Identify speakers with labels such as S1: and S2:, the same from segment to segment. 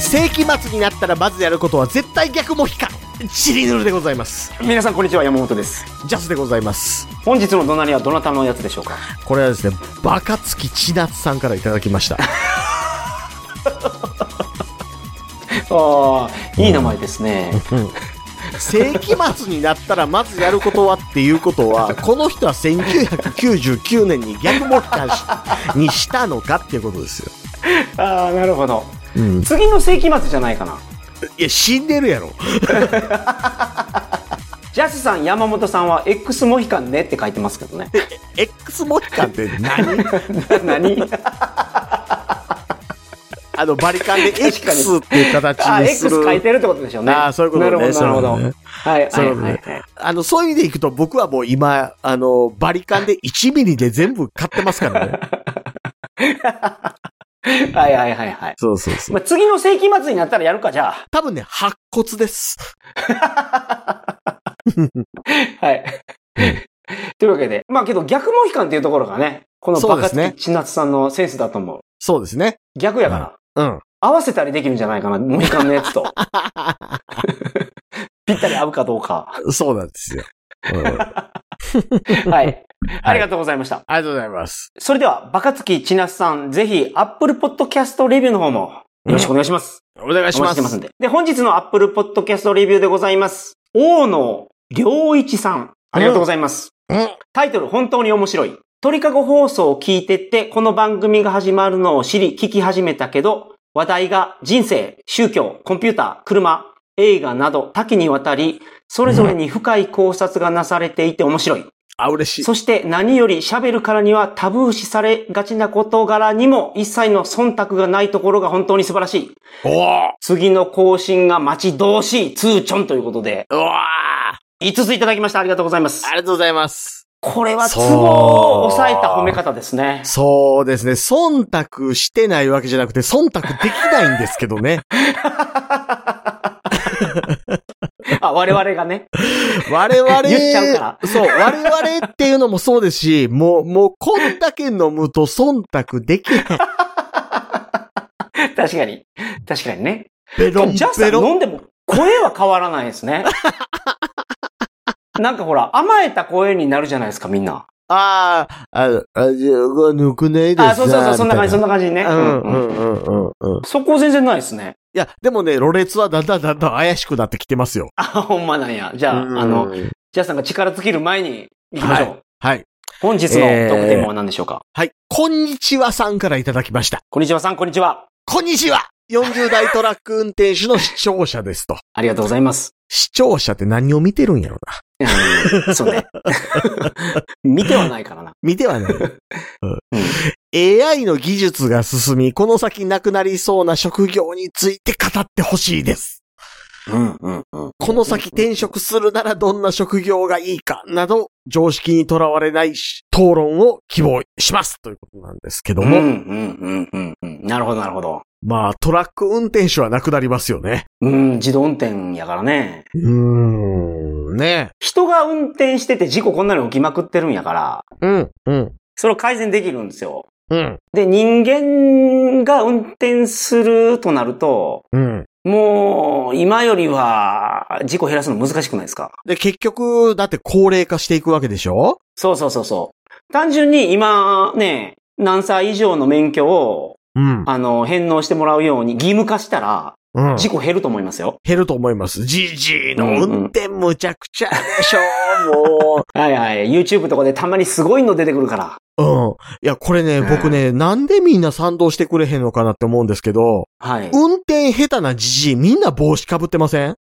S1: 世紀末になったらまずやることは絶対逆も引かチリヌルでございます
S2: 皆さんこんにちは山本です
S1: ジャスでございます
S2: 本日の隣はどなたのやつでしょうか
S1: これはですねバカツキ千夏さんからいただきました
S2: ああいい名前ですね、
S1: 世紀末になったらまずやることはっていうことはこの人は1999年に逆も引かにしたのかっていうことですよ、
S2: ああなるほど
S1: うん、い
S2: 次の世紀末じゃないかな
S1: や死んでるやろ
S2: ジャスさん山本さんは X モヒカンねって書いてますけ どね
S1: X モヒカンって何
S2: 何
S1: あのバリ カンで X っていう形
S2: あ
S1: にす
S2: X
S1: る
S2: 書いてるってことでしょうね
S1: あーそういうことね
S2: なるほど
S1: そ
S2: な
S1: うい
S2: る
S1: うこと
S2: ほ
S1: ね
S2: ど、はい
S1: そ
S2: は
S1: うい
S2: い
S1: うこと
S2: は
S1: ね
S2: いはい
S1: あの、そういう意味でいくと僕はもう今、あの、バリカンで1ミリで全部買ってますからね。
S2: はいはいはいはい
S1: そうそうそ
S2: ま。あ、次の世紀末になったらやるか、じゃあ。
S1: 多分ね、白骨です。
S2: はい。というわけで。まあけど逆モヒカンっていうところがね、この
S1: そ
S2: バ
S1: うで
S2: カ
S1: すね
S2: ツキ千夏さんのセンスだと思う。
S1: そうですね。
S2: 逆やか
S1: う
S2: ら。
S1: ん。
S2: 合わせたりできるんじゃないかな、モヒカンのや つと。ぴったり合うかどうか。
S1: そうなんですよ。うん あ
S2: はい。ありがとうございました。
S1: りがとうございます。
S2: それでは、バカツキ千夏さん、ぜひ、Apple Podcast レビューの方も、よろしくお願いします。
S1: お願いし
S2: お
S1: ま
S2: 待
S1: す。
S2: ちしてますんで。で、本日の Apple Podcast レビューでございます。大野良一さん。ありがとうございます。
S1: うん
S2: タイトル、本当に面白い。鳥かご放送を聞いてって、この番組が始まるのを知り、聞き始めたけど、話題が人生、宗教、コンピューター、車、映画など多岐にわたり、それぞれに深い考察がなされていて面白い。
S1: あ、嬉しい。
S2: そして何より喋るからにはタブー視されがちな事柄にも一切の忖度がないところが本当に素晴らしい。
S1: おー
S2: 次の更新が待ち遠しい、ツーチョンということで、
S1: うわー
S2: 5ついただきました。ありがとうございます
S1: あ。りがとうございます。
S2: これはツ
S1: そう
S2: ボを抑えた褒め方ですね。
S1: そうですね。忖度してないわけじゃなくて、忖度できないんですけどね。
S2: あ、我々がね。
S1: 我々、
S2: 言っちゃうから
S1: そう、我々っていうのもそうですし、もう、もう、こんだけ飲むと忖度できない。
S2: 確かに。確かにね。
S1: ベロン
S2: ジャスさ
S1: ベ
S2: ん
S1: ロン。
S2: 飲んでも声は変わらないですね。 なんかほら、甘えた声になるじゃないですか、みんな。
S1: あーあ、あ、じゃあ、抜くないです
S2: あ、そうそうそう、そんな感じ、そん
S1: な
S2: な感じね。
S1: うん、う
S2: う
S1: ん、
S2: んうん
S1: うん、うん、うん。い
S2: そこ全然ないですね。
S1: や、でもね、ロレツはだんだんだんだん怪しくなってきてますよ。
S2: あ、ほんまなんや。じゃあ、あの、、ジャスさんが力尽きる前に行きましょう。
S1: はい。
S2: 本日の特典は何でしょうか、
S1: はい。こんにちはさんからいただきました。
S2: こんにちはさん、こんにちは。
S1: こんにちは !40 代トラック運転手の視聴者ですと。
S2: ありがとうございます。
S1: 視聴者って何を見てるんやろな。
S2: うんそうね。見てはないからな。
S1: 見てはない。AI の技術が進み、この先なくなりそうな職業について語ってほしいです。
S2: うん、うん、うん。
S1: この先転職するならどんな職業がいいかなど、常識にとらわれないし、討論を希望しますということなんですけど
S2: うん、
S1: も、
S2: うん、うん、うんうん。なるほど、なるほど。
S1: まあトラック運転手はなくなりますよね。
S2: うん、自動運転やからね。
S1: うーん、ね
S2: 人が運転してて事故こんなに起きまくってるんやから、
S1: うん、うん、
S2: それを改善できるんですよ。
S1: うん、
S2: で、人間が運転するとなると、
S1: うん。
S2: もう、今よりは、事故減らすの難しくないですか
S1: で、結局、だって高齢化していくわけでしょ
S2: そうそうそうそう。単純に今、ね、何歳以上の免許を、
S1: うん。
S2: あの、返納してもらうように義務化したら、
S1: うん。
S2: 事故減ると思いますよ。
S1: 減ると思います。じじいの運転むちゃくちゃでしょ、
S2: はいはい。YouTube とかでたまにすごいの出てくるから。
S1: もう。うん。いや、これね、僕ね、なんでみんな賛同してくれへんのかなって思うんですけど、
S2: はい。
S1: 運転下手なじじいみんな帽子かぶってません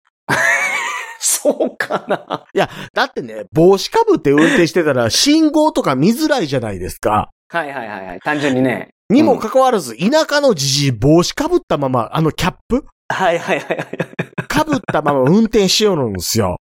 S2: そうかな。
S1: だってね、帽子かぶって運転してたら信号とか見づらいじゃないですか。
S2: はいはいはいはい。単純にね。
S1: にもかかわらず、田舎のじじい帽子かぶったまま、あのキャッ プ
S2: はいはいはいはい。
S1: かぶったまま運転しようのんですよ。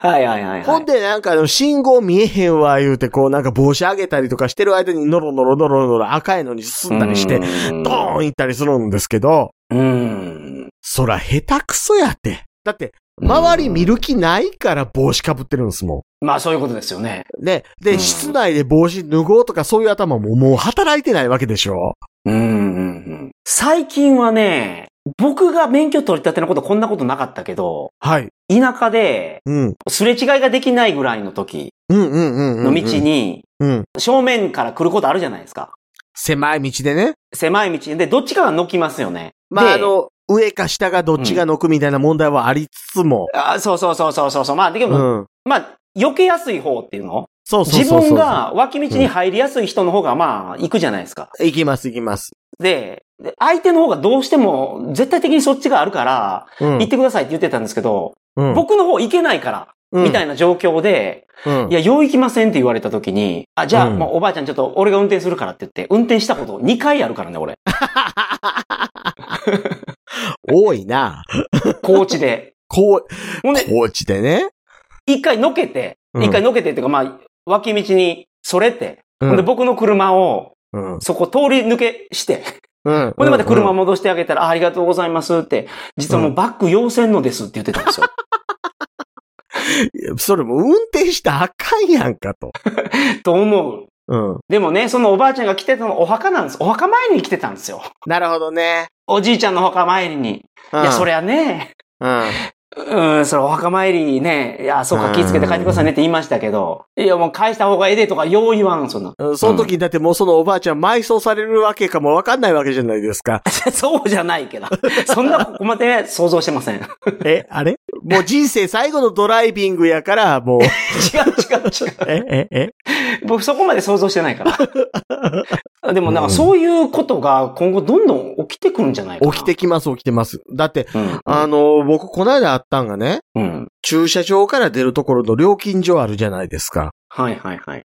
S2: はいはいはい、は
S1: ほん
S2: い。
S1: で、なんかあの、信号見えへんわ、言うて、こう、なんか帽子上げたりとかしてる間に、ノロノロノロノロ赤いのに進んだりして、ドーン行ったりするんですけど、
S2: うーん。
S1: そら下手くそやて。だって、周り見る気ないから帽子かぶってるんですも
S2: まあそういうことですよね。
S1: ん。ね。
S2: う
S1: で、
S2: ん
S1: 室内で帽子脱ごうとかそういう頭ももう働いてないわけでしょ。
S2: うーん。最近はね、僕が免許取り立てのことこんなことなかったけど、
S1: はい。
S2: 田舎で
S1: うん。
S2: すれ違いができないぐらいの時
S1: うんうんうんうん。
S2: の道。に、
S1: うん。
S2: 正面から来ることあるじゃないですか。
S1: 狭い道でね。
S2: 狭い道で、どっちかが乗きますよね。
S1: ま
S2: で
S1: あ、あ、の、上か下がどっちがのくみたいな問題はありつつも。
S2: あそうそうそうそうそうそう。まあ、で
S1: う
S2: も、
S1: ん。
S2: まあ、避けやすい方っていうの
S1: そうそうそう
S2: 自
S1: そう。
S2: 分。が脇道に入りやすい人の方が、まあ、行くじゃないですか。
S1: 行きます行きます。
S2: で、で相手の方がどうしても、絶対的にそっちがあるから、
S1: うん
S2: 行ってくださいって言ってたんですけど、
S1: うん
S2: 僕の方行けないから、みたいな状況で、
S1: うん。
S2: いや、よう行きませんって言われた時に、あ、じゃあ、
S1: うん
S2: もうおばあちゃんちょっと俺が運転するからって言って、運転したこと2回あるからね、俺。
S1: 多いな。
S2: 高知で。
S1: こう、
S2: ほんで、
S1: 高知でね。
S2: 一回のけて、
S1: うん
S2: 一回のけてっていうか、まあ、脇道にそれて、
S1: うん
S2: ほんで僕の車を、
S1: うん。
S2: そこ通り抜けして、
S1: うん。
S2: ほんでまた車
S1: も。
S2: 戻してあげたら、あありがとうございますって、実はもうバック要せんのですって言ってた んですよ。
S1: それも運転したらあかんやんかと。
S2: と思う。
S1: うん。
S2: でもね、そのおばあちゃんが来てたのお墓なんです。お墓参りに来てたんですよ。
S1: なるほどね。
S2: おじいちゃんのお墓参りに。
S1: い
S2: いや、そ。りゃね、
S1: うん。
S2: うん、それお墓参りね、いや、そう
S1: う
S2: か、
S1: ん
S2: 気ぃつけて帰ってくださいねって言いましたけど、いや、もう返した方がええでとか、よう言わん、そんな。
S1: うんその時にだってもうそのおばあちゃん埋葬されるわけかもわかんないわけじゃないです か。
S2: そうじゃないけど。そんなここまで想像してません。違う
S1: え、あれもう人生最後のドライビングやから、もう。
S2: 違う違
S1: え、え、え。
S2: う。僕そこまで想像してない から。でもなんかそういうことが今後どんどん起きてくるんじゃないかな。
S1: 起きてきます、起きてます。だって、
S2: うん。
S1: あの、僕こないだあったんがね、
S2: うん。
S1: 駐車場から出るところの料金所あるじゃないですか。
S2: はいはいはい。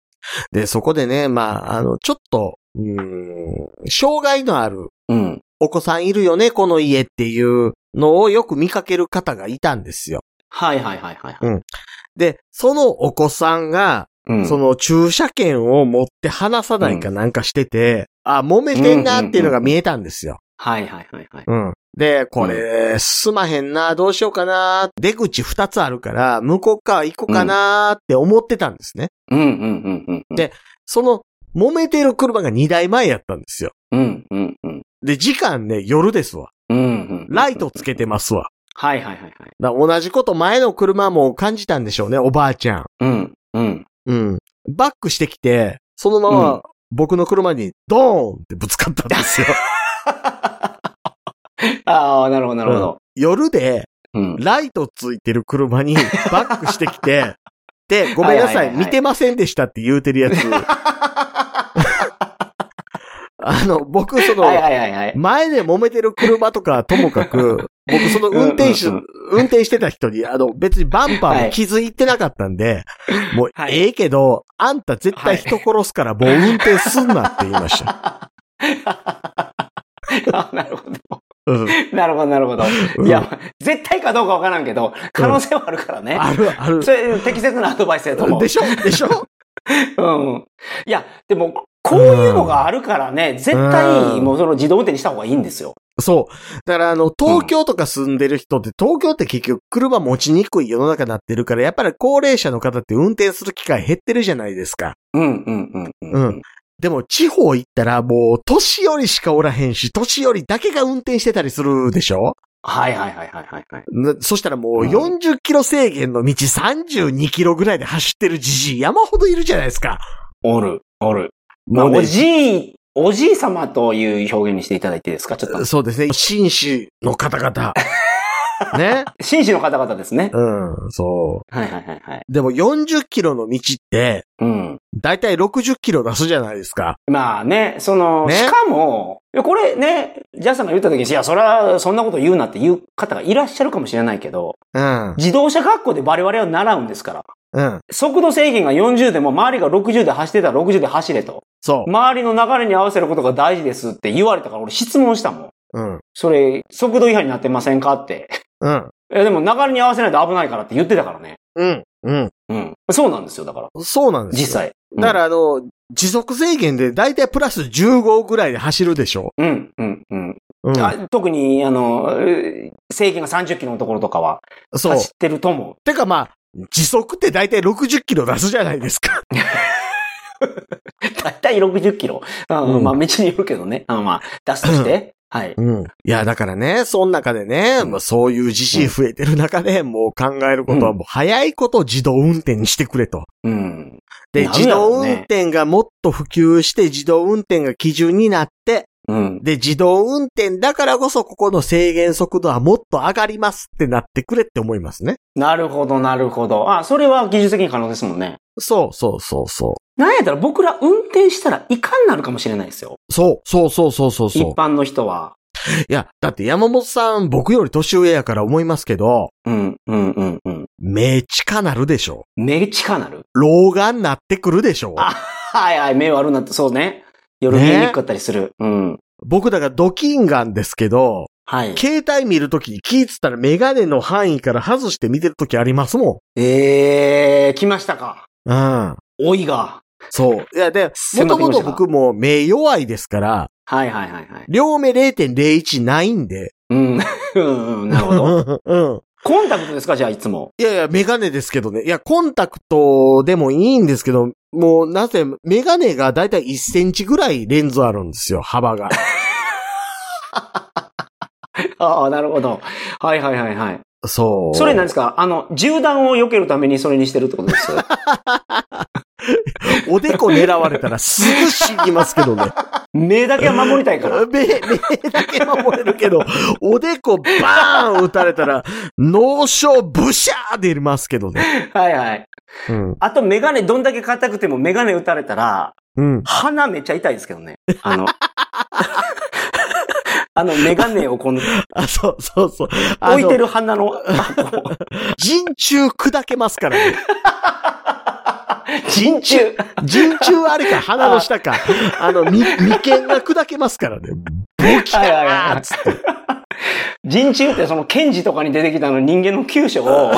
S1: で、そこでね、まあ、あの、ちょっと、うーん、障害のある
S2: うん。
S1: お子さんいるよね、この家っていうのをよく見かける方がいたんですよ。
S2: はいはいはいはい。
S1: で、そのお子さんが、
S2: うん。
S1: その駐車券を持って離さないかなんかしてて、あ、揉めてんなっていうのが見えたんですよ。
S2: はいはいはいはい。
S1: うん。で、これ、すまへんな、どうしようかな、出口二つあるから、向こう側行こうかなって思ってたんですね。
S2: うんうんうんうんうん。
S1: でその、揉めてる車が二台前やったんですよ。
S2: うんうんうん。
S1: で、時間ね、夜ですわ。
S2: うんうん。
S1: ライトつけてますわ。
S2: はいはいはいはい。
S1: だから同じこと前の車も感じたんでしょうね、おばあちゃん。
S2: うん。うん。
S1: うん。バックしてきて、そのま
S2: うん
S1: ま僕の車にドーンってぶつかったんです よ。
S2: ああ、なるほどなるほど。
S1: 夜で、
S2: うん。
S1: ライトついてる車に バックしてきて、で、ごめんな
S2: は
S1: さ
S2: いは
S1: い、
S2: いはいはい
S1: 見てませんでしたって言うてるや つ。あの、僕、その、
S2: はいはいはいはい。
S1: 前で揉めてる車とかともかく、僕その運転手、
S2: うんうん
S1: 運転してた人に、あの、別にバンパーも気づいてなかったんで、もう
S2: はい
S1: ええけど、あんた絶対人殺すからもう運転すんなって言いました。
S2: あなるほど。
S1: うん
S2: なるほど、なるほど。
S1: うん
S2: いや、まあ絶対かどうかわからんけど、可能性はあるからね。
S1: あるある。
S2: それ、適切なアドバイスやと思う。
S1: でしょでしょ
S2: うん。いや、でも、こういうのがあるからね、絶対、
S1: うん
S2: もうその自動運転にした方がいいんですよ。
S1: そう。だからあの、東京とか住んでる人って、東京って結局車持ちにくい世の中になってるから、やっぱり高齢者の方って運転する機会減ってるじゃないですか。
S2: うん、うん、うん。
S1: うん。でも地方行ったらもう年寄りしかおらへんし、年寄りだけが運転してたりするでしょ
S2: はいはいはいはいはいはい。
S1: なそしたらもう
S2: うん
S1: 40キロ制限の道32キロぐらいで走ってるじじい山ほどいるじゃないですか。
S2: おる、おる。まあ、
S1: もうね
S2: おじい、おじい様という表現にしていただいていいですかちょっと。
S1: そうですね。紳士の方 々。ね。
S2: 紳士の方々ですね。
S1: うん、そ
S2: はいはいはいはい。
S1: う。でも40キロの道って、
S2: うん。
S1: だいたい60キロ出すじゃないですか。
S2: まあね、その、
S1: ね
S2: しかも、いやこれね、ジャスさんが言った時に、いや、それはそんなこと言うなっていう方がいらっしゃるかもしれないけど、
S1: うん、
S2: 自動車学校で我々は習うんですから。
S1: うん。
S2: 速度制限が40でも周りが60で走ってたら60で走れと。
S1: そう。
S2: 周りの流れに合わせることが大事ですって言われたから俺質問したもん。
S1: うん、
S2: それ、速度違反になってませんかって。
S1: うん、
S2: え、でも流れに合わせないと危ないからって言ってたからね。
S1: うん、うん。
S2: うん。そうなんですよ、だから。
S1: そうなんですよ。
S2: 実際。
S1: だからあの、時速制限でだいたいプラス15ぐらいで走るでしょ。
S2: うん、うん、うん。
S1: うん。
S2: あ特に、あの、えー制限が30キロのところとかは、
S1: そう。
S2: 走ってるとも。
S1: てかまあ、時速ってだいたい60キロ出すじゃないですか。
S2: だいたい60キロ。うん
S1: うん
S2: まあ、道によるけどね。あまあ、出すとして。はい。
S1: うん。いや、だからね、その中でね、まあ、そういう自身増えてる中で、もう考えることは、
S2: うん
S1: もう早いこと自動運転にしてくれと。
S2: うん。
S1: で、
S2: なる
S1: 自
S2: やろ
S1: 動
S2: うね
S1: 運転がもっと普及して、自動運転が基準になって、
S2: うん。
S1: で、自動運転だからこそ、ここの制限速度はもっと上がりますってなってくれって思いますね。
S2: なるほど、なるほど。あ、それは技術的に可能ですもんね。
S1: そうそうそうそ
S2: なんやったら僕ら運転したらいかんなるかもしれないですよ。
S1: う。そうそうそうそうそうそう。
S2: 一般の人は。
S1: いや、だって山本さん、僕より年上やから思いますけど、
S2: うん、うん、うん、うん。
S1: 目近なるでしょ。
S2: 目近なる。
S1: 老眼なってくるでしょ。
S2: あ、はいはい、目悪なって、そうね。夜見
S1: ね
S2: えにくかったりする。うん。
S1: 僕だからドキンガンですけど、
S2: はい。
S1: 携帯見るときに気ぃつったらメガネの範囲から外して見てるときありますも
S2: えー、来ましたか。
S1: ん。うん。
S2: 老いが。
S1: そう。いや、で、も
S2: 迫
S1: と
S2: ってき
S1: も
S2: ま
S1: と
S2: したか
S1: 僕も目弱いですから、
S2: はいはいはいはい。
S1: 両目0.01ないんで。
S2: うん。うんうん、なる ほど。
S1: ど。うん。
S2: コンタクトですかじゃあいつも。
S1: いやいや、メガネですけどね。いや、コンタクトでもいいんですけど、もう、なぜ、メガネがだいたい1センチぐらいレンズあるんですよ、幅 が。
S2: ああ、なるほど。はいはいはいはい。
S1: そう。
S2: それなんですかあの、銃弾を避けるためにそれにしてるってこ とです
S1: おでこ狙われたら すぐ死にますけどね。
S2: 目だけは守りたいから。
S1: 目、目だけ守れるけど、おでこバーン撃たれたら、脳症ブシャー出ますけどね。
S2: はいはい。
S1: うん。
S2: あとメガネどんだけ硬くてもメガネ打たれたら、
S1: うん。
S2: 鼻めっちゃ痛いですけどね。あの、 あのメガネをこの、
S1: あ、そうそうそう。あの
S2: 置いてる鼻の、あこう
S1: 人中砕けますからね。
S2: 人中。
S1: 人中あれか、鼻の下か。あの、み眉間が砕けますからね。ボキ
S2: はいは
S1: ャ
S2: い
S1: ー
S2: はい
S1: っつって。
S2: 人中ってその、ケンジとかに出てきたあの人間の急所を、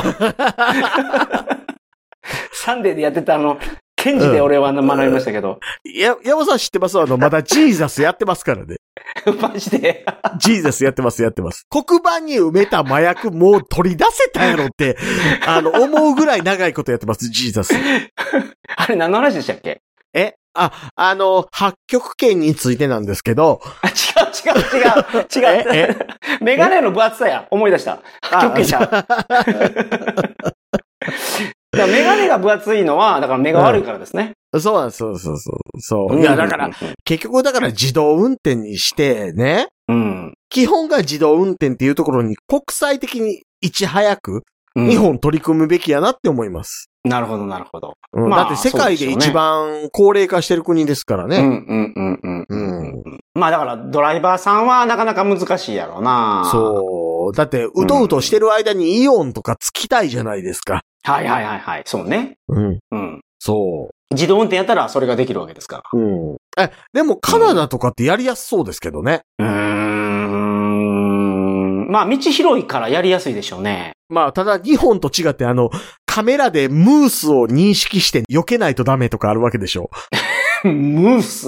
S2: サンデーでやってたあの、ケンジで俺は学びましたけど、
S1: や、山本さん知ってますあの、まだジーザスやってますからね。
S2: マジで。
S1: ジーザスやってます、やってます。黒板に埋めた麻薬もう取り出せたやろって、あの、思うぐらい長いことやってます、ジーザス。
S2: あれ何の話でしたっけ
S1: えあ、あの、八極拳についてなんですけど、
S2: あ、違う違う違う違う。メガネの分厚さや。思い出した。極限じゃん。 だからメガネが分厚いのは、だから目が悪いからですね。
S1: そうなんです、そうそうそう。そう。
S2: うん
S1: いや、だから、。結局だから自動運転にして、ね、
S2: うん。
S1: 基本が自動運転っていうところに国際的にいち早く
S2: うん
S1: 日本取り組むべきやなって思います。
S2: なるほど、なるほど。
S1: うん
S2: まあ
S1: だって世界で
S2: そうですよね
S1: 一番高齢化してる国ですから
S2: う
S1: ね。
S2: ん、うん、うん、うん。
S1: うん
S2: まあだから、ドライバーさんはなかなか難しいやろうな。う。
S1: そう。だって、うとうとしてる間にイオンとかつきたいじゃないですか。
S2: はいはいはいはい。そうね。
S1: うん。
S2: うん。
S1: そ
S2: 自動運転やったらそれができるわけですか
S1: う。うん。え、でもカナダとかってやりやすそうですけどね。
S2: ら。うーん。まあ、道広いからやりやすいでしょうね。
S1: まあ、ただ日本と違ってあの、カメラでムースを認識して避けないとダメとかあるわけでしょ。
S2: ムース。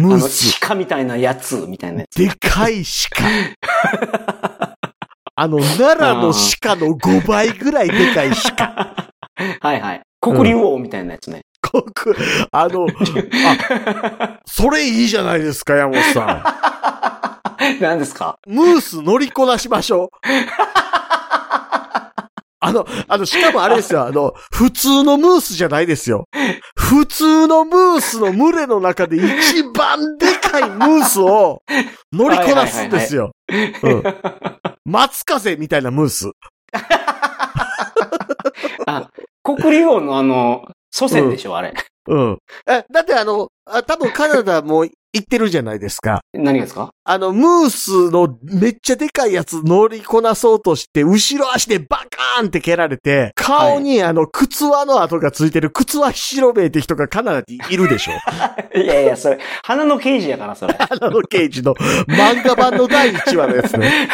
S1: ムー
S2: あの、
S1: ス。
S2: 鹿みたいなやつ、みたいなやつ。
S1: でかい鹿。 あの、奈良の鹿の5倍ぐらいでかい鹿。
S2: はいはい。黒竜王みたいなやつね。
S1: 国、あの、あ、それいいじゃないですか、山本さん。
S2: 何ですか
S1: ムース乗りこなしましょう。 あの、あの、しかもあれですよ、あの、普通のムースじゃないですよ。普通のムースの群れの中で一番でかいムースを乗りこなすんですよ。うん。松風みたいなムース。
S2: あ、黒竜王のあの、祖先でしょ、あれ。
S1: うん。え、だってあの、あ多分カナダも行ってるじゃないです か。
S2: 何がですか
S1: あの、ムースのめっちゃでかいやつ乗りこなそうとして、後ろ足でバカーンって蹴られて、顔にあの、靴輪の跡がついてる靴輪白べえって人がカナダにいるで しょ
S2: いやいや、それ、花の刑事やから、それ。
S1: あの、ケイジの漫画版の第1話のやつね。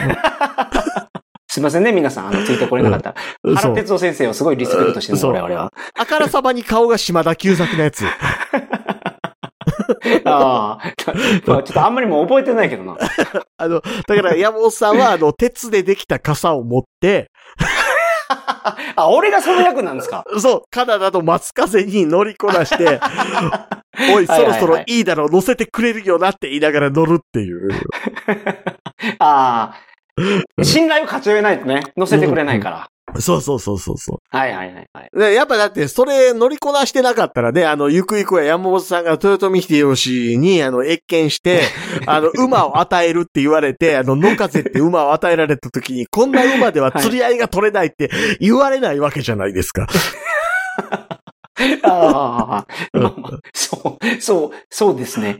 S2: すいませんね、皆さん、あの、ついてこれなかった。
S1: そ
S2: 原
S1: う。
S2: 哲夫先生をすごいリスペクトしてる
S1: そ
S2: の、
S1: う
S2: 我々は。
S1: あからさまに顔が島田久作のやつ。
S2: ああ、まあ ちょっとあんまりもう覚えてないけどな。
S1: あの、だから山本さんはあの、鉄でできた傘を持って、
S2: あ、俺がその役なんですか
S1: そう、カナダの松風に乗りこなして、おい、そ
S2: はいはい
S1: ろ
S2: はい
S1: そろいいだろう、乗せてくれるよなって言いながら乗るっていう。
S2: ああ。信頼を勝ち得ないとね、乗せてくれないから。
S1: そうそうそうそうそ
S2: はいはいはいはい。
S1: う。でやっぱだって、それ乗りこなしてなかったらね、あの、ゆくゆくは山本さんが豊臣秀吉に、あの、越見 して、あの、馬を与えるって言われて、あの、野風って馬を与えられた時に、こんな馬では釣り合いが取れないって言われないわけじゃないですか。
S2: ああ、まあまあ、 そう、そう、そうで すね。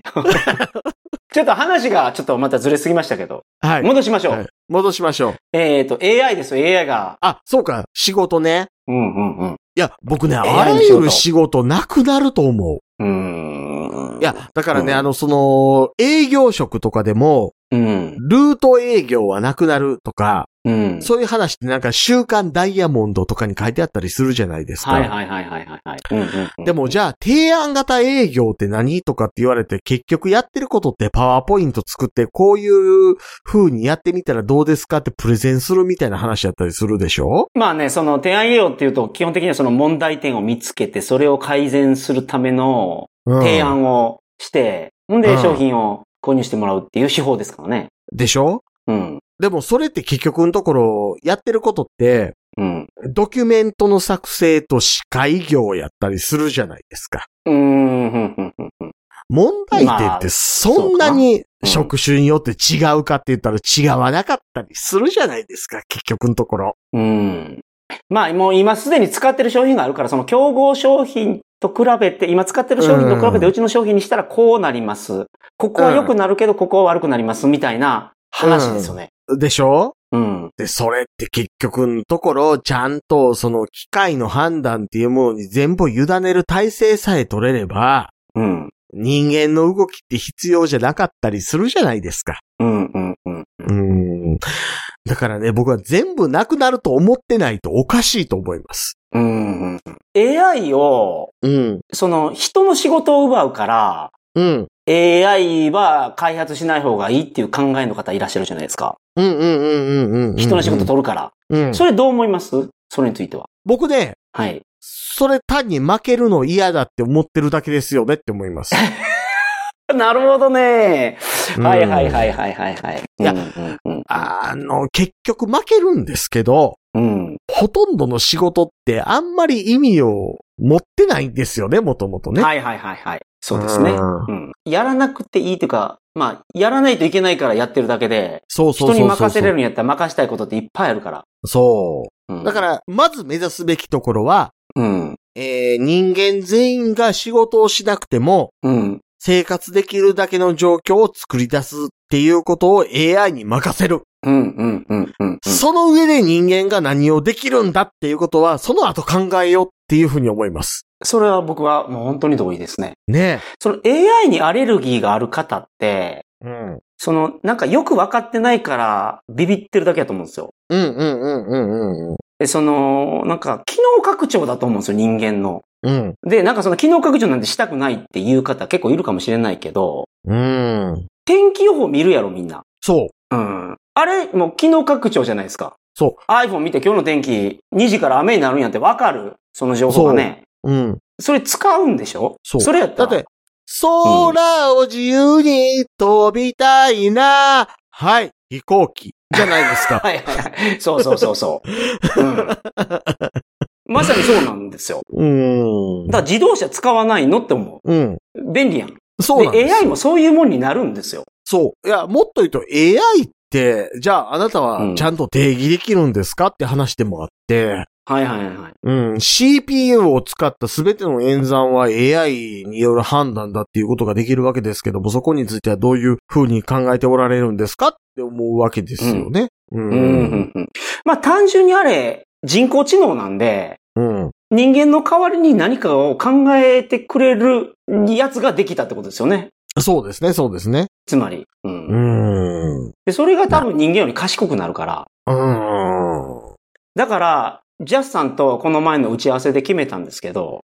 S2: ちょっと話がちょっとまたずれすぎましたけど、
S1: はい。
S2: 戻しましょう。
S1: はい戻しましょう。
S2: えっ、と、AI ですよ、AI が。
S1: あ、そうか、仕事ね。
S2: うんうん
S1: いや、僕ね、
S2: AI
S1: あらゆる仕事なくなると思う。
S2: うん。うーん。
S1: いや、だからね、
S2: うん
S1: あの、その、営業職とかでも、
S2: うん。
S1: ルート営業はなくなるとか、
S2: うん。
S1: そういう話ってなんか週刊ダイヤモンドとかに書いてあったりするじゃないですか。
S2: はいはいはいはいはいはい。うんうんうん
S1: でも、じゃあ、提案型営業って何とかって言われて、結局やってることってパワーポイント作って、こういう風にやってみたらどうですかってプレゼンするみたいな話だったりするでしょ
S2: まあね、その提案営業っていうと、基本的にはその問題点を見つけて、それを改善するための
S1: うん
S2: 提案をして、ほん
S1: う
S2: で
S1: ん
S2: 商品を購入してもらうっていう手法ですからね。
S1: でしょ
S2: うん。
S1: でもそれって結局のところ、やってることって、
S2: うん。
S1: ドキュメントの作成と司会業やったりするじゃないですか。
S2: うーん、ふんふんふんふん。
S1: 問題点
S2: ま
S1: っ
S2: あ
S1: てそんなに
S2: そうかうん
S1: 職種によって違うかって言ったら違わなかったりするじゃないですか、結局のところ。
S2: うん。まあ、もう今すでに使ってる商品があるから、その競合商品と比べて、今使ってる商品と比べて、
S1: うん
S2: うちの商品にしたらこうなります。ここは良くなるけど、ここは悪くなります、みたいな話ですよね。
S1: でしょ
S2: うん。
S1: で、それって結局のところ、ちゃんとその機械の判断っていうものに全部委ねる体制さえ取れれば、
S2: うん。
S1: 人間の動きって必要じゃなかったりするじゃないですか。
S2: うん、うん、うん。
S1: うん。だからね、僕は全部なくなると思ってないとおかしいと思います。
S2: うん。AI を、
S1: うん。
S2: その人の仕事を奪うから、
S1: うん。
S2: AI は開発しない方がいいっていう考えの方いらっしゃるじゃないですか。
S1: うんうんうんうんうんうん。
S2: 人の仕事取るから。
S1: うん。
S2: それどう思いますそれについては。
S1: 僕ね、
S2: はい。
S1: それ単に負けるの嫌だって思ってるだけですよねって思います。
S2: なるほどね。
S1: うん
S2: はいはいはいはいはいはい。
S1: いや
S2: うんうんうん
S1: あの、結局負けるんですけど、
S2: うん。
S1: ほとんどの仕事ってあんまり意味を持ってないんですよね、もともとね。
S2: はいはいはいはい。そうですね。
S1: うん
S2: うん。やらなくていいというか、まあ、やらないといけないからやってるだけで、
S1: そうそうそう
S2: 人
S1: そう。
S2: に任せれるんやったら任したいことっていっぱいあるから。
S1: そうう。
S2: ん
S1: だか、ら、まず目指すべきところは、
S2: うん。
S1: えー、人間全員が仕事をしなくても、
S2: うん。
S1: 生活できるだけの状況を作り出すっていうことを AI に任せる。
S2: うんうんうんうんうん。
S1: その上で人間が何をできるんだっていうことは、その後考えようっていうふうに思います。
S2: それは僕はもう本当に同意ですね。
S1: ね
S2: その AI にアレルギーがある方って、
S1: え。うん。うん
S2: そのなんかよく分かってないからビビってるだけだと思うんですよ。
S1: うんうんうんうん
S2: で、その、なんか機能拡張だと思うんですよ、人間の。
S1: うん。
S2: で、なんかその機能拡張なんてしたくないっていう方結構いるかもしれないけど、
S1: うん。うん。
S2: 天気予報見るやろ、みんな。
S1: そう。
S2: うん。あれ、もう機能拡張じゃないですか。
S1: そ
S2: iPhone 見て今日の天気2時から雨になるんやって分かる。その情報がね。
S1: う。うん。
S2: それ使うんでしょ
S1: そう
S2: それやった
S1: だ
S2: ら。
S1: って、空を自由に飛びたいな、はい、飛行機。じゃないです か。
S2: はいはいはい。そうそうそ うそう。うん、まさにそうなんですよ。
S1: うーん
S2: だか。ら自動車使わないのって思
S1: うん。
S2: う。便利やん。
S1: そうなんですよ
S2: AI もそういうもんになるんですよ。
S1: そう。いや、もっと言うと AI って、じゃああなたはちゃんと定義できるんですかって話でもあって、
S2: はいはいはいはい。
S1: うん、CPU を使ったすべての演算は AI による判断だっていうことができるわけですけども、そこについてはどういうふうに考えておられるんですかって思うわけですよね。う。
S2: うんうんんうん。まあ単純にあれ、人工知能なんで、
S1: うん。
S2: 人間の代わりに何かを考えてくれるやつができたってことですよね。
S1: そうですね、そうですね。
S2: つまり。う。
S1: うんん。うん。
S2: で、それが多分人間より賢くなるから。
S1: お
S2: だから、ジャスさんとこの前の打ち合わせで決めたんですけど、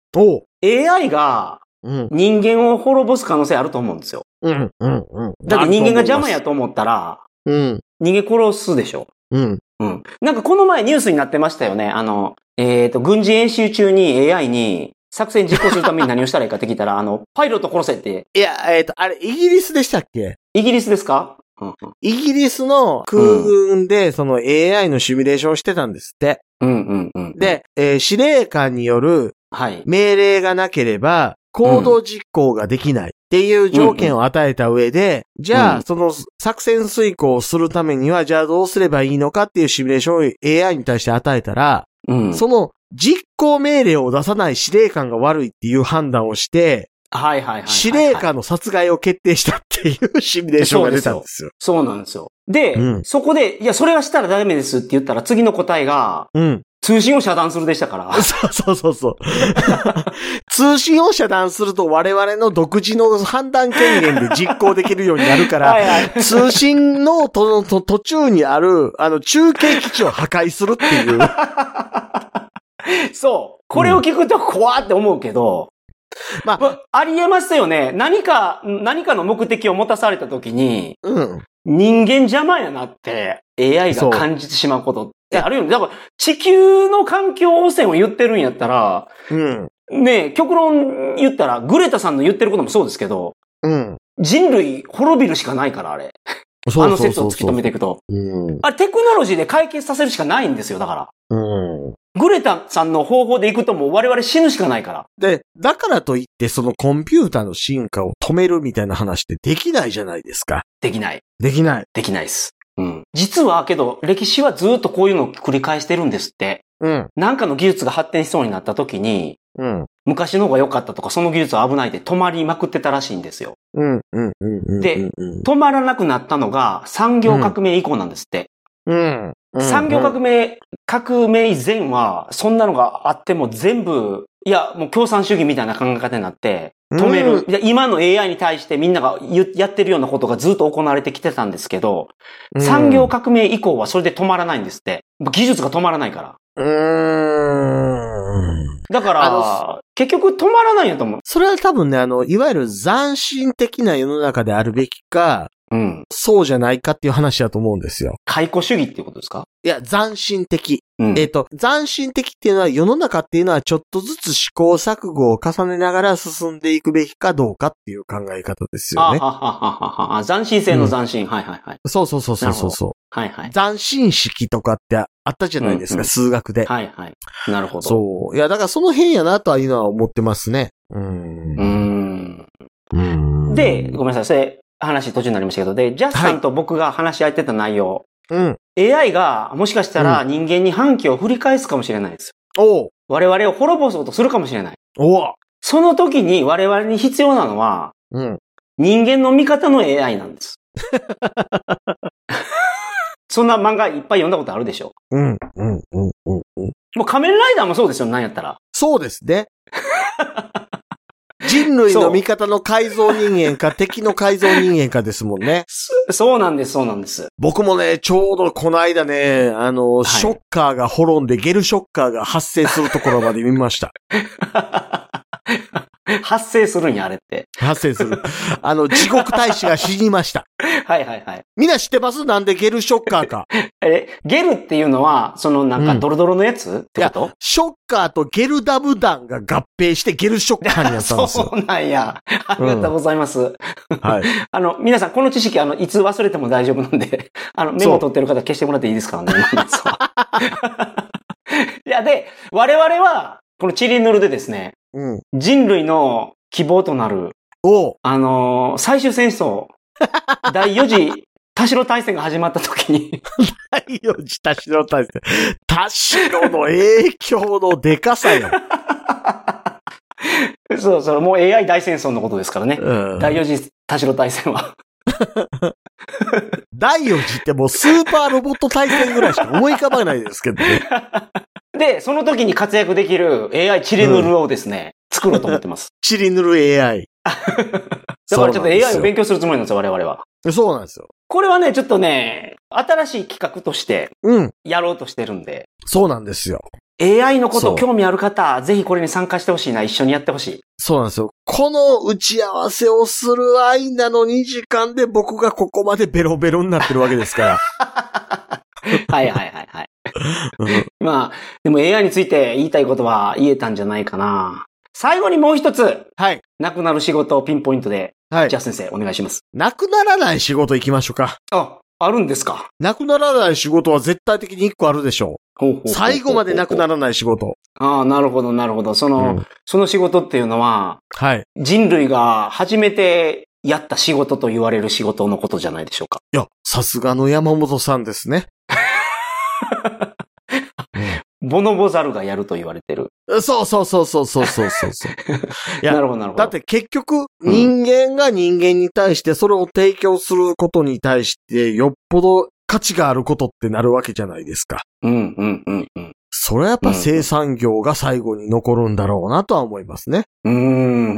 S2: AI が
S1: うん。
S2: 人間を滅ぼす可能性あると思うんですよ。
S1: うん。うん。うん。
S2: だって人間が邪魔やと思ったら、
S1: うん。
S2: 人間殺すでしょ。
S1: うん。
S2: うん。なんかこの前ニュースになってましたよね。あの、えっ、と、軍事演習中に AI に、作戦実行するために何をしたらいいかって聞いたら、あの、パイロット殺せって、
S1: いや、えっ、と、あれ、イギリスでしたっけ
S2: イギリスですかうんうん
S1: イギリスの空軍で、その AI のシミュレーションをしてたんですって。
S2: うんうんうん。、
S1: で、えー司令官による
S2: はい。
S1: 命令がなければ、行動実行ができないっていう条件を与えた上で、じゃ
S2: うん
S1: あ、その作戦遂行をするためには、じゃあどうすればいいのかっていうシミュレーションを AI に対して与えたら、
S2: うん。
S1: その実行命令を出さない司令官が悪いっていう判断をして、
S2: はいはいはいはいはい。
S1: 司令官の殺害を決定したっていうシミュレーションが出たんですよ。
S2: そうなんですよ。で、
S1: うん
S2: そこで、いや、それはしたらダメですって言ったら、次の答えが、
S1: うん。
S2: 通信を遮断するでしたから。
S1: そうそうそうそう。通信を遮断すると我々の独自の判断権限で実行できるようになるから、
S2: はいはい。
S1: 通信のとと途中にある、あの、中継基地を破壊するっていう。
S2: そう。これを聞くと怖って思うけど、
S1: まあ
S2: あ、ありえましたよね。何か、何かの目的を持たされた時に、
S1: うん。
S2: 人間邪魔やなって AI
S1: そ
S2: が
S1: う
S2: 感じてしまうことってあるよね。だから、地球の環境汚染を言ってるんやったら、
S1: うん。
S2: ねえ、極論言ったら、グレタさんの言ってることもそうですけど、
S1: うん。
S2: 人類滅びるしかないから、あれ。あの説を突き止めていくと。
S1: うん。
S2: あれ、テクノロジーで解決させるしかないんですよ、だから。
S1: うん。
S2: グレタさんの方法でいくともう我々死ぬしかないから。
S1: で、だからといって、そのコンピューターの進化を止めるみたいな話ってできないじゃないですか。
S2: できない。
S1: できない。
S2: できないです。うん。実は、けど、歴史はずっとこういうのを繰り返してるんですって。
S1: うん。
S2: なんかの技術が発展しそうになった時に、
S1: うん。
S2: 昔の方が良かったとか、その技術は危ないで止まりまくってたらしいんですよ。
S1: うん。うん。うん。
S2: で
S1: うん、
S2: 止まらなくなったのが産業革命以降なんですって。
S1: うん。うん。
S2: 産業革命、革命以前は、そんなのがあっても全部、いや、もう共産主義みたいな考え方になって、止め
S1: う
S2: る
S1: ん。
S2: いや今の AI に対してみんなが言うやってるようなことがずっと行われてきてたんですけど、
S1: うん
S2: 産業革命以降はそれで止まらないんですって。技術が止まらないから。
S1: うーん。
S2: だか
S1: あ
S2: ら、結局止まらないんやと思う。
S1: それは多分ね、あの、いわゆる斬新的な世の中であるべきか、
S2: うん。
S1: そうじゃないかっていう話だと思うんですよ。
S2: 解雇主義っていうことですか
S1: いや、斬新的。
S2: うん
S1: えっ、と、斬新的っていうのは世の中っていうのはちょっとずつ試行錯誤を重ねながら進んでいくべきかどうかっていう考え方ですよ
S2: あ
S1: ね。
S2: ははははは。斬新性の斬新。はいはいはい。
S1: そうそうそうそうそうそう。
S2: はいはい。
S1: 斬新式とかってあったじゃないですか、
S2: うんうん
S1: 数学で。
S2: はいはい。なるほど。う。
S1: そう。いや、だからその辺やなとはいうのは思ってますね。うん。
S2: ーん。
S1: うん
S2: で、ごめんなさい。それ、話途中になりましたけど、で、ジャスさんと僕が話し合ってた内容。
S1: うん。
S2: AI が、もしかしたら人間に反旗を振り返すかもしれないです。
S1: おう
S2: 我々を滅ぼそうとするかもしれない。
S1: おう
S2: その時に我々に必要なのは、
S1: うん。
S2: 人間の味方の AI な んです。そんな漫画いっぱい読んだことあるでしょ
S1: うん。うん。うん。うん。うん。
S2: もう仮面ライダーもそうですよ、なんやったら。
S1: そうですね。 人類の味方の改造人間か敵の改造人間かですもんね。
S2: そうなんです、そうなんです。
S1: 僕もね、ちょうどこの間ね、あの、
S2: い
S1: ショッカーが滅んでゲルショッカーが発生するところまで見ました。
S2: 発生するんや、あれって。
S1: 発生する。 あの、地獄大使が死にました。
S2: はいはいはい。
S1: みんな知ってますなんでゲルショッカーか。
S2: え、ゲルっていうのは、そのなんか
S1: うん
S2: ドロドロのやつ、ってこと
S1: ショッカーとゲルダブ団が合併してゲルショッカーになったんです
S2: そ
S1: よ。
S2: うなんや。ありがとうございます。
S1: はい。
S2: あの、皆さん、この知識、あの、いつ忘れても大丈夫なんで、 あの、メモ取ってる方消してもらっていいですからね。そう いや、で、我々は、このチリヌルでですね、
S1: うん。
S2: 人類の希望となる、
S1: おう
S2: あのー最終戦争、第4次田代大戦が始まった時に、
S1: 太陽自田代大戦。田代の影響のでかさよ。
S2: そうそう、もう AI 大戦争のことですからね。
S1: うん
S2: 第4次田代大戦は。
S1: 第4次ってもうスーパーロボット対戦ぐらいしか思い浮かばないですけどね。
S2: で、その時に活躍できる AI チリヌルをですね、作ろうと思って ます。
S1: チリヌル AI。
S2: だからちょっと AI を
S1: 勉
S2: 勉強するつもりなんですよ、我々は。
S1: 強。そうなんですよ。
S2: これはね、ちょっとね、新しい企画として
S1: うん。
S2: やろうとしてるんで、
S1: そうなんですよ。
S2: AI のこ
S1: そ
S2: と
S1: う
S2: 興味ある方、ぜひこれに参加してほしいな、一緒にやって ほしい。
S1: そうなんですよ。この打ち合わせをする間の2時間で僕がここまでベロベロになってるわけです から。
S2: はいはいはいはい。
S1: うん
S2: まあ、でも AI について言いたいことは言えたんじゃないかな。最後にもう一つ、
S1: はい。
S2: なくなる仕事をピンポイントで、
S1: はい
S2: じゃ。あ先生、お願いします。
S1: なくならない仕事行きましょうか。
S2: あ、あるんですか
S1: なくならない仕事は絶対的に一個あるでしょう。最後までなくな
S2: る。
S1: らない仕事。
S2: ああ、なるほど、なるほど。そうの、
S1: ん
S2: その仕事っていうのは、
S1: はい。
S2: 人類が初めてやった仕事と言われる仕事のことじゃないでしょうか。
S1: いや、さすがの山本さんですね。
S2: ボノボザルがやると言われてる。
S1: そうそうそうそうそうそう そうそう。いや
S2: なるほど、なるほど。
S1: だって結局、人間が人間に対してそれを提供することに対してよっぽど価値があることってなるわけじゃないですか。
S2: うん、うん、うん、うん。
S1: それはやっぱ生産業が最後に残るんだろうなとは思いますね。
S2: うーん、う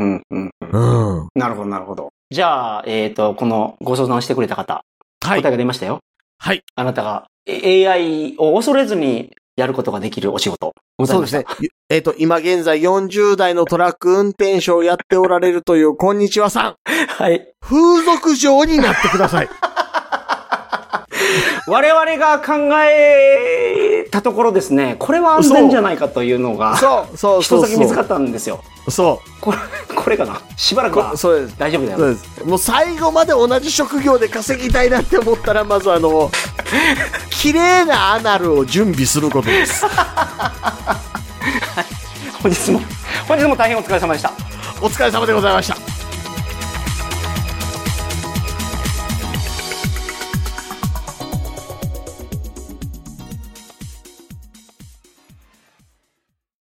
S2: ん、うん。
S1: うん。は
S2: なるほど、なるほど。じゃあ、えっ、と、このご相談してくれた方、答え
S1: い。
S2: が出ましたよ。
S1: はい。
S2: あなたがえ AI を恐れずにやることができるお仕事。ござい
S1: そう
S2: ま
S1: で
S2: し
S1: す
S2: た
S1: ね。。えっ、と、今現在40代のトラック運転手をやっておられるという、こんにちはさん。
S2: はい。
S1: 風俗嬢になってください。
S2: 我々が考えたところですね、これは安全じゃないかというのが、
S1: そう、そう、そ
S2: 一
S1: う。
S2: 先見つか
S1: っ
S2: ったんですよ。
S1: た。そ
S2: これ、これかな。しばら
S1: う。
S2: くは
S1: こそうです。
S2: 大丈夫だ
S1: そ
S2: よ。
S1: うです。もう最後まで同じ職業で稼ぎたいなって思ったら、まずあの、綺麗なアナルを準備することです。
S2: 本日も、本日も大変お疲れ様でした。
S1: お疲れ様でございました。